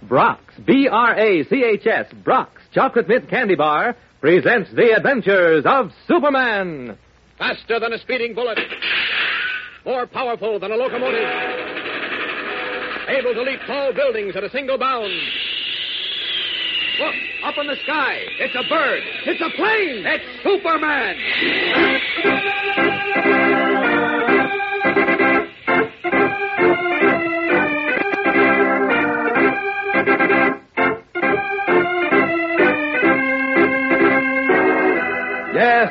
Brock's, B R A C H S, Brock's Chocolate Mint Candy Bar presents The Adventures of Superman. Faster than a speeding bullet. More powerful than a locomotive. Able to leap tall buildings at a single bound. Look, up in the sky. It's a bird. It's a plane. It's Superman. Yes,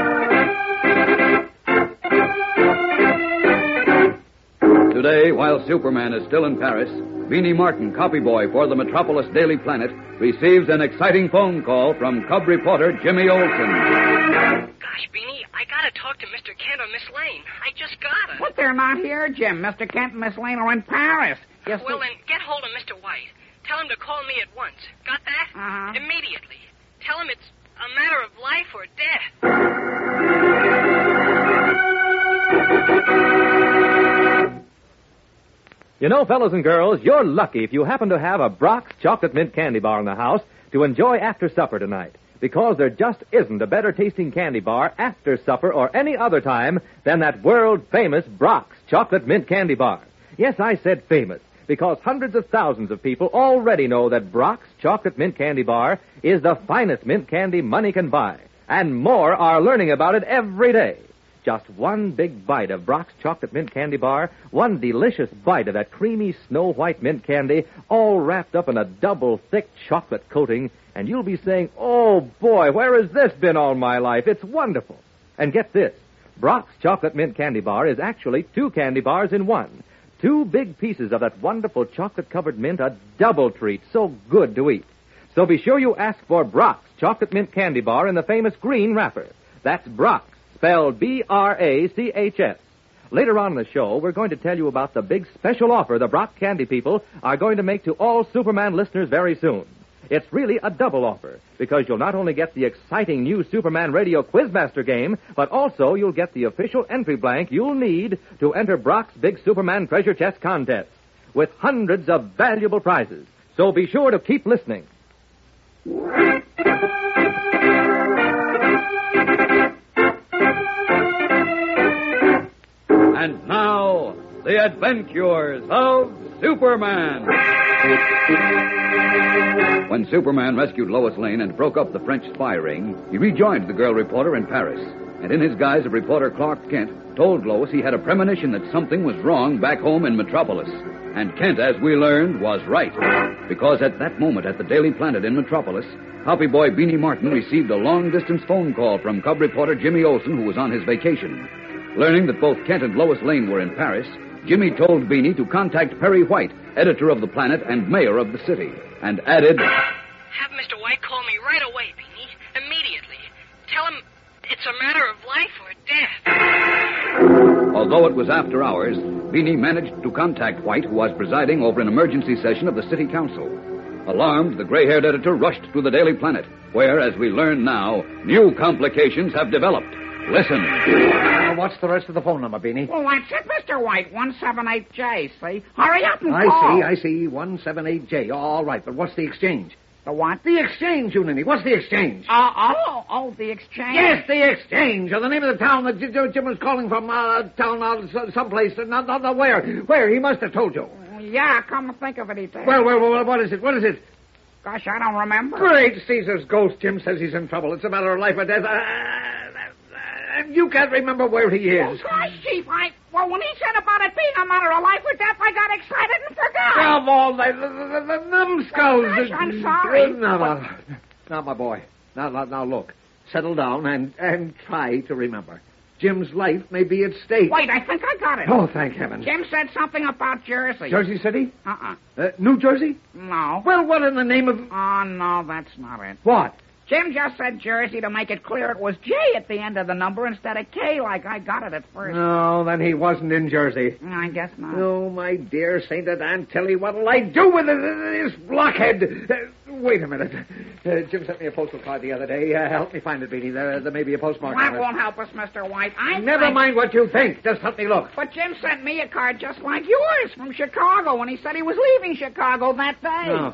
Today, while Superman is still in Paris, Beanie Martin, copyboy for the Metropolis Daily Planet, receives an exciting phone call from cub reporter Jimmy Olsen. Gosh, Beanie, I gotta talk to Mr. Kent or Miss Lane. I just gotta. But they're not here, Jim. Mr. Kent and Miss Lane are in Paris. Just Well, then, get hold of Mr. White. Tell him to call me at once. Got that? Uh-huh. Immediately. Tell him it's a matter of life or death. You know, fellas and girls, you're lucky if you happen to have a Brock's chocolate mint candy bar in the house to enjoy after supper tonight. Because there just isn't a better tasting candy bar after supper or any other time than that world famous Brock's chocolate mint candy bar. Yes, I said famous, because hundreds of thousands of people already know that Brock's chocolate mint candy bar is the finest mint candy money can buy. And more are learning about it every day. Just one big bite of Brock's chocolate mint candy bar, one delicious bite of that creamy snow white mint candy, all wrapped up in a double thick chocolate coating, and you'll be saying, Oh boy, where has this been all my life? It's wonderful. And get this Brock's chocolate mint candy bar is actually two candy bars in one. Two big pieces of that wonderful chocolate covered mint, a double treat, so good to eat. So be sure you ask for Brock's chocolate mint candy bar in the famous green wrapper. That's Brock's, spelled B R A C H S. Later on in the show, we're going to tell you about the big special offer the Brock Candy people are going to make to all Superman listeners very soon. It's really a double offer because you'll not only get the exciting new Superman Radio Quizmaster game, but also you'll get the official entry blank you'll need to enter Brock's Big Superman Treasure Chest contest with hundreds of valuable prizes. So be sure to keep listening. And now, the adventures of Superman. When Superman rescued Lois Lane and broke up the French spy ring, he rejoined the girl reporter in Paris. And in his guise of reporter Clark Kent, told Lois he had a premonition that something was wrong back home in Metropolis. And Kent, as we learned, was right. Because at that moment at the Daily Planet in Metropolis, copyboy Beanie Martin received a long distance phone call from cub reporter Jimmy Olsen, who was on his vacation. Learning that both Kent and Lois Lane were in Paris, Jimmy told Beanie to contact Perry White, editor of the Planet and mayor of the city, and added, Have Mr. White call me right away, Beanie. Immediately. Tell him it's a matter of life or death. although it was after hours, Beanie managed to contact White, who was presiding over an emergency session of the city council. Alarmed, the gray haired editor rushed to the Daily Planet, where, as we learn now, new complications have developed. Listen. Now, what's the rest of the phone number, Beanie? Well, that's it, Mr. White. 178J, see? Hurry up and I call. see, I see. 178J. All right, but what's the exchange? The what? The exchange, Unity. What's the exchange? Uh, oh, oh, the exchange. Yes, the exchange, or the name of the town that J- J- Jim was calling from, uh, town out so- someplace, not, not, not where, where, he must have told you. Yeah, come to think of it, he did. Well, well, well, what is it, what is it? gosh, I don't remember. Great Caesar's ghost, Jim says he's in trouble. It's a matter of life or death. Uh, uh, you can't remember where he Oh, is. gosh, Chief, I... Well, when he said about it being a matter of life or death, I got excited and forgot. Of all the, the, the, the numbskulls. Uh, Oh, gosh, I'm sorry. Now, now, now, my boy. Now, now, now, look. Settle down and, and try to remember. Jim's life may be at stake. Wait, I think I got it. Oh, thank heavens. Jim said something about Jersey. Jersey City? Uh-uh. Uh, New Jersey? No. Well, what in the name of. Oh, no, that's not it. What? Jim just said Jersey to make it clear it was J at the end of the number instead of K like I got it at first. No, then he wasn't in Jersey. I guess not. Oh, my dear Sainted Aunt Tilly, what'll I do with this, this blockhead? Uh, wait a minute. Uh, Jim sent me a postal card the other day. Uh, help me find it, Beanie. There, there may be a postmark That on it. won't help us, Mr. White. I Never I- mind what you think. Just help me look. But Jim sent me a card just like yours from Chicago when he said he was leaving Chicago that day. Oh.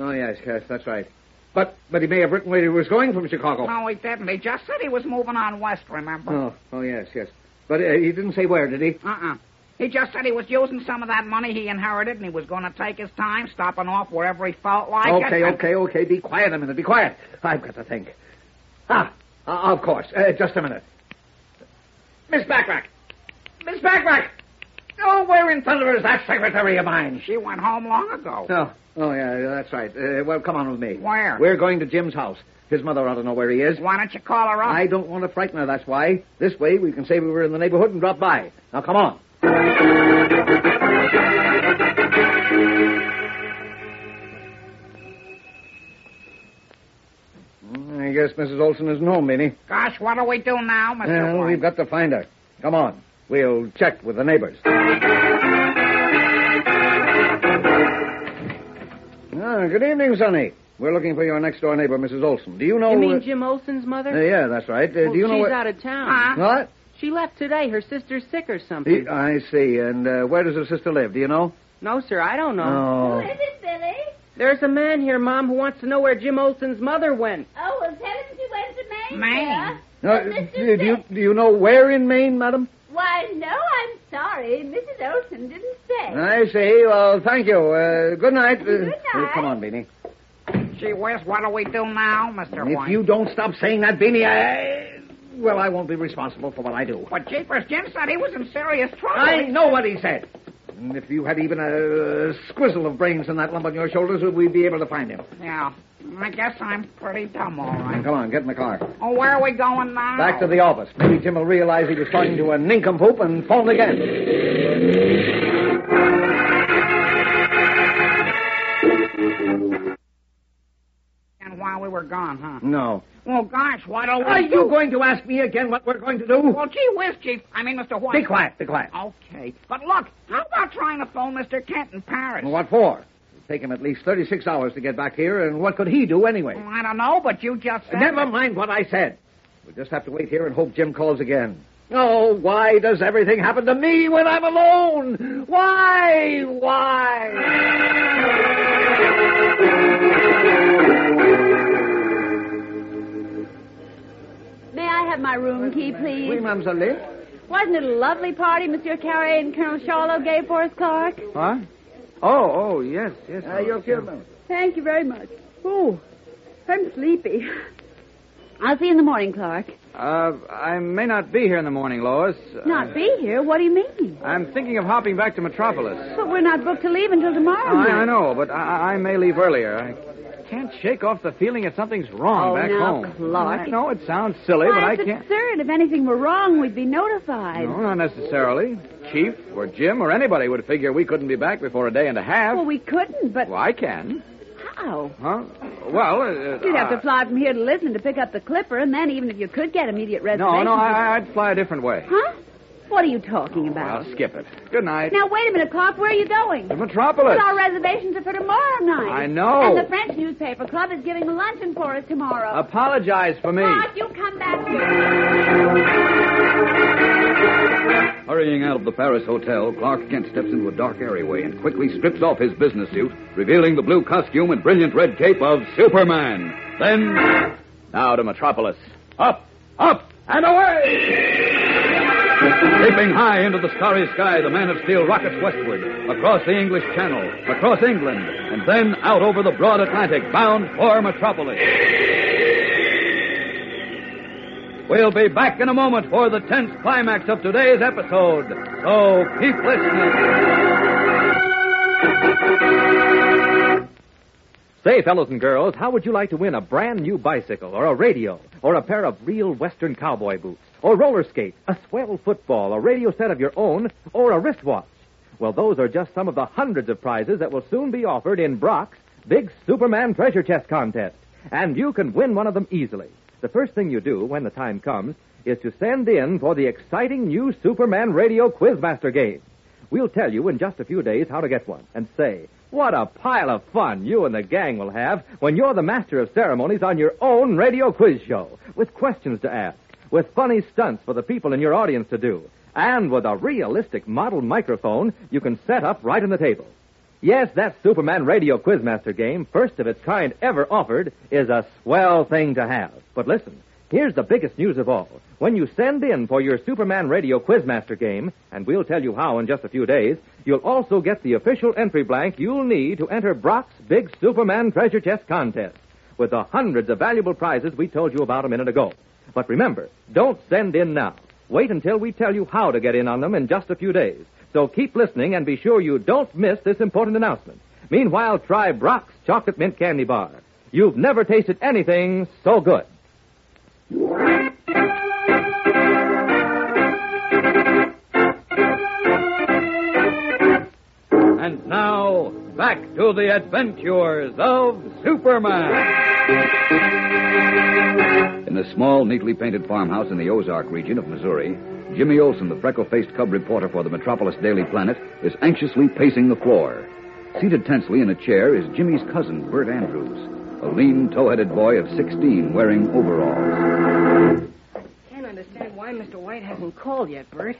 Oh, yes, yes, that's right. But but he may have written where he was going from Chicago. No, he didn't. He just said he was moving on west, remember? Oh, oh, yes, yes. But uh, he didn't say where, did he? Uh-uh. He just said he was using some of that money he inherited and he was going to take his time, stopping off wherever he felt like okay, it. okay, okay. Be quiet a minute. Be quiet. I've got to think. Ah, uh, of course. Uh, just a minute. Miss Backrack. Miss Backrack. Oh, where in thunder is that secretary of mine? She went home long ago. Oh, oh yeah, yeah, that's right. Uh, well, come on with me. Where? We're going to Jim's house. His mother ought to know where he is. Why don't you call her up? I don't want to frighten her, that's why. This way we can say we were in the neighborhood and drop by. Now, come on. Mm, I guess Mrs. Olson isn't home, Minnie. Gosh, what do we do now, Mr. Well, White? we've got to find her. Come on. We'll check with the neighbors. Ah, good evening, Sonny. We're looking for your next door neighbor, Mrs. Olson. Do you know? You mean uh, Jim Olson's uh, mother? yeah, that's right. Uh, Well, do you know she's where- out of town. Huh? What? She left today. Her sister's sick or something. He- I see. And uh, where does her sister live? Do you know? No, sir, I don't know. Oh. it, Billy? There's a man here, Mom, who wants to know where Jim Olson's mother went. Oh, well, tell him she went to Maine. Maine. dear. Uh, Mr. do, do you Sick. do you know where in Maine, madam? Why, no, I'm sorry. Mrs. Olson didn't say. I see. Well, thank you. Uh, good night. Uh, Good night. come on, Beanie. Gee whiz, what do we do now, Mr. If White? you don't stop saying that, Beanie, I well, I won't be responsible for what I do. But Jeepers, Jim said he was in serious trouble. I know what he said. And if you had even a uh, squizzle of brains in that lump on your shoulders, we'd be able to find him. Yeah. I guess I'm pretty dumb, all right. Come on, get in the car. Oh, where are we going now? Back to the office. Maybe Jim will realize he was talking to a nincompoop and phone again. And while we were gone, huh? No. Well, gosh, what do we Are do? you going to ask me again what we're going to do? Well, gee whiz, Chief. I mean, Mr. White. Be quiet, be quiet. Okay. But look, how about trying to phone Mr. Kent in Paris? Well, What for? It'll take him at least 36 hours to get back here, and what could he do anyway? I don't know, but you just said... Uh, Never mind what I said. We'll just have to wait here and hope Jim calls again. Oh, why does everything happen to me when I'm alone? Why? Why? May I have my room key, please? Oui, mademoiselle. Wasn't it a lovely party Monsieur Carré and Colonel Charlotte gave for us, Clark? Huh? Oh, oh, yes, yes. Uh, you're cute, ma'am. Thank you very much. Oh, I'm sleepy. I'll see you in the morning, Clark. Uh, I may not be here in the morning, Lois. Uh, Not be here? What do you mean? I'm thinking of hopping back to Metropolis. But we're not booked to leave until tomorrow I, night. I know, but I, I may leave earlier. I can't shake off the feeling that something's wrong Oh, back now, home. Clark. I know it sounds silly, but Why, I it's can't. absurd. If anything were wrong, we'd be notified. No, not necessarily. Chief or Jim or anybody would figure we couldn't be back before a day and a half. Well, we couldn't, but Well, I can. how? Huh? Well, uh, You'd have uh, to fly from here to Lisbon to pick up the clipper, and then even if you could get immediate No, reservations... no, I, I'd fly a different way. Huh? What are you Oh, talking about? I'll skip it. Good night. Now, wait a minute, Clark. Where are you going? The Metropolis. But our reservations are for tomorrow night. I know. And the French newspaper club is giving a luncheon for us Uh, tomorrow. Apologize for me. Clark, you come back. Hurrying out of the Paris Hotel, Clark Kent steps into a dark alleyway and quickly strips off his business suit, revealing the blue costume and brilliant red cape of Superman. Then. Now to Metropolis. Up, up, and away! Leaping high into the starry sky, the Man of Steel rockets westward, across the English Channel, across England, and then out over the broad Atlantic, bound for Metropolis. We'll be back in a moment for the tense climax of today's episode, so keep listening. Say, fellows and girls, how would you like to win a brand new bicycle, or a radio, or a pair of real Western cowboy boots, or roller skates, a swell football, a radio set of your own, or a wristwatch? Well, those are just some of the hundreds of prizes that will soon be offered in Brock's Big Superman Treasure Chest Contest. And you can win one of them easily. The first thing you do when the time comes is to send in for the exciting new Superman Radio Quizmaster game. We'll tell you in just a few days how to get one. And say, what a pile of fun you and the gang will have when you're the master of ceremonies on your own radio quiz show, with questions to ask, with funny stunts for the people in your audience to do, and with a realistic model microphone you can set up right on the table. Yes, that Superman Radio Quizmaster game, first of its kind ever offered, is a swell thing to have. But listen, here's the biggest news of all. When you send in for your Superman Radio Quizmaster game, and we'll tell you how in just a few days, you'll also get the official entry blank you'll need to enter Brock's Big Superman Treasure Chest Contest with the hundreds of valuable prizes we told you about a minute ago. But remember, don't send in now. Wait until we tell you how to get in on them in just a few days. So keep listening and be sure you don't miss this important announcement. Meanwhile, try Brock's Chocolate Mint Candy Bar. You've never tasted anything so good. And now, back to the adventures of Superman. In the small, neatly painted farmhouse in the Ozark region of Missouri, Jimmy Olsen, the freckle faced cub reporter for the Metropolis Daily Planet, is anxiously pacing the floor. Seated tensely in a chair is Jimmy's cousin, Bert Andrews, a lean, tow headed boy of 16 wearing overalls. I can't understand why Mr. White hasn't called yet, Bert.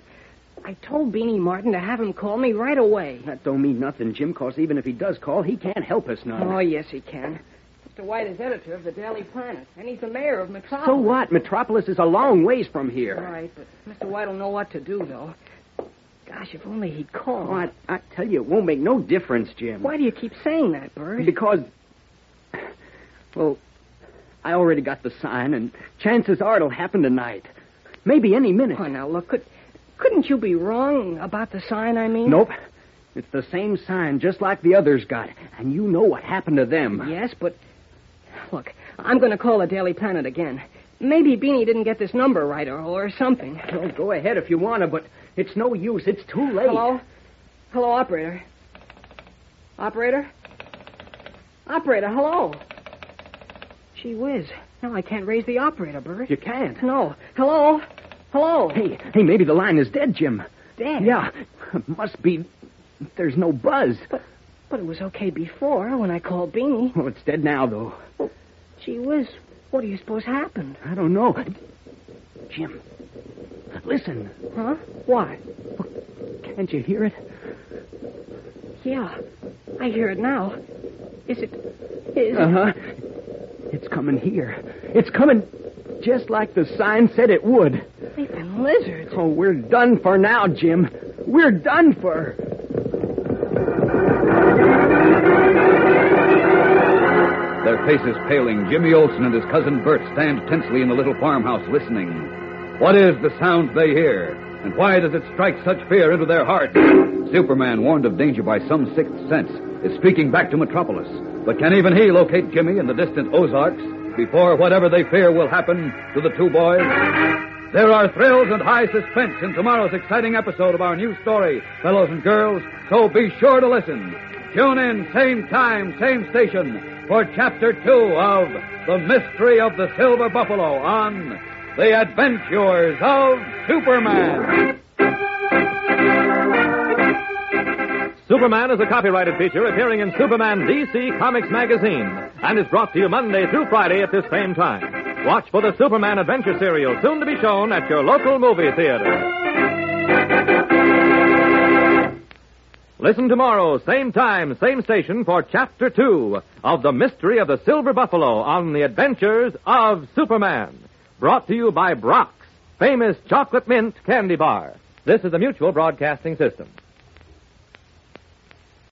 I told Beanie Martin to have him call me right away. That don't mean nothing, Jim, because even if he does call, he can't help us none. Oh, yes, he can. Mr. White is editor of the Daily Planet, and he's the mayor of Metropolis. So what? Metropolis is a long ways from here. All right, but Mr. White will know what to do, though. Gosh, if only he'd call. Oh, I, I tell you, it won't make no difference, Jim. Why do you keep saying that, Bert? Because, well, I already got the sign, and chances are it'll happen tonight. Maybe any minute. Oh, now look, could, couldn't you be wrong about the sign, I mean? Nope. It's the same sign, just like the others got. And you know what happened to them. Yes, but. Look, I'm going to call the Daily Planet again. Maybe Beanie didn't get this number right or, or something. Well, go ahead if you want to, but it's no use. It's too late. Hello? Hello, operator. Operator? Operator, hello. Gee whiz. No, I can't raise the operator, Bert. You can't? No. Hello? Hello. Hey, hey, maybe the line is dead, Jim. Dead? Yeah. Must be. There's no buzz. But, but it was okay before when I called Beanie. Well, Oh, it's dead now, though. Well, gee whiz. What do you suppose happened? I don't know. Jim, listen. Huh? What? Can't you hear it? Yeah. I hear it now. Is it. Is uh huh. It's coming here. It's coming just like the sign said it would. They've been lizards. Oh, we're done for now, Jim. We're done for. Their faces paling, Jimmy Olsen and his cousin Bert stand tensely in the little farmhouse listening. What is the sound they hear? And why does it strike such fear into their hearts? Superman, warned of danger by some sixth sense, is speaking back to Metropolis. But can even he locate Jimmy in the distant Ozarks before whatever they fear will happen to the two boys? There are thrills and high suspense in tomorrow's exciting episode of our new story, fellows and girls, so be sure to listen. Tune in, same time, same station, for Chapter 2 of The Mystery of the Silver Buffalo on The Adventures of Superman. Superman is a copyrighted feature appearing in Superman DC Comics magazine and is brought to you Monday through Friday at this same time. Watch for the Superman Adventure Serial soon to be shown at your local movie theater. Listen tomorrow, same time, same station for Chapter 2 of The Mystery of the Silver Buffalo on the Adventures of Superman. Brought to you by Brock's, famous chocolate mint candy bar. This is a mutual broadcasting system.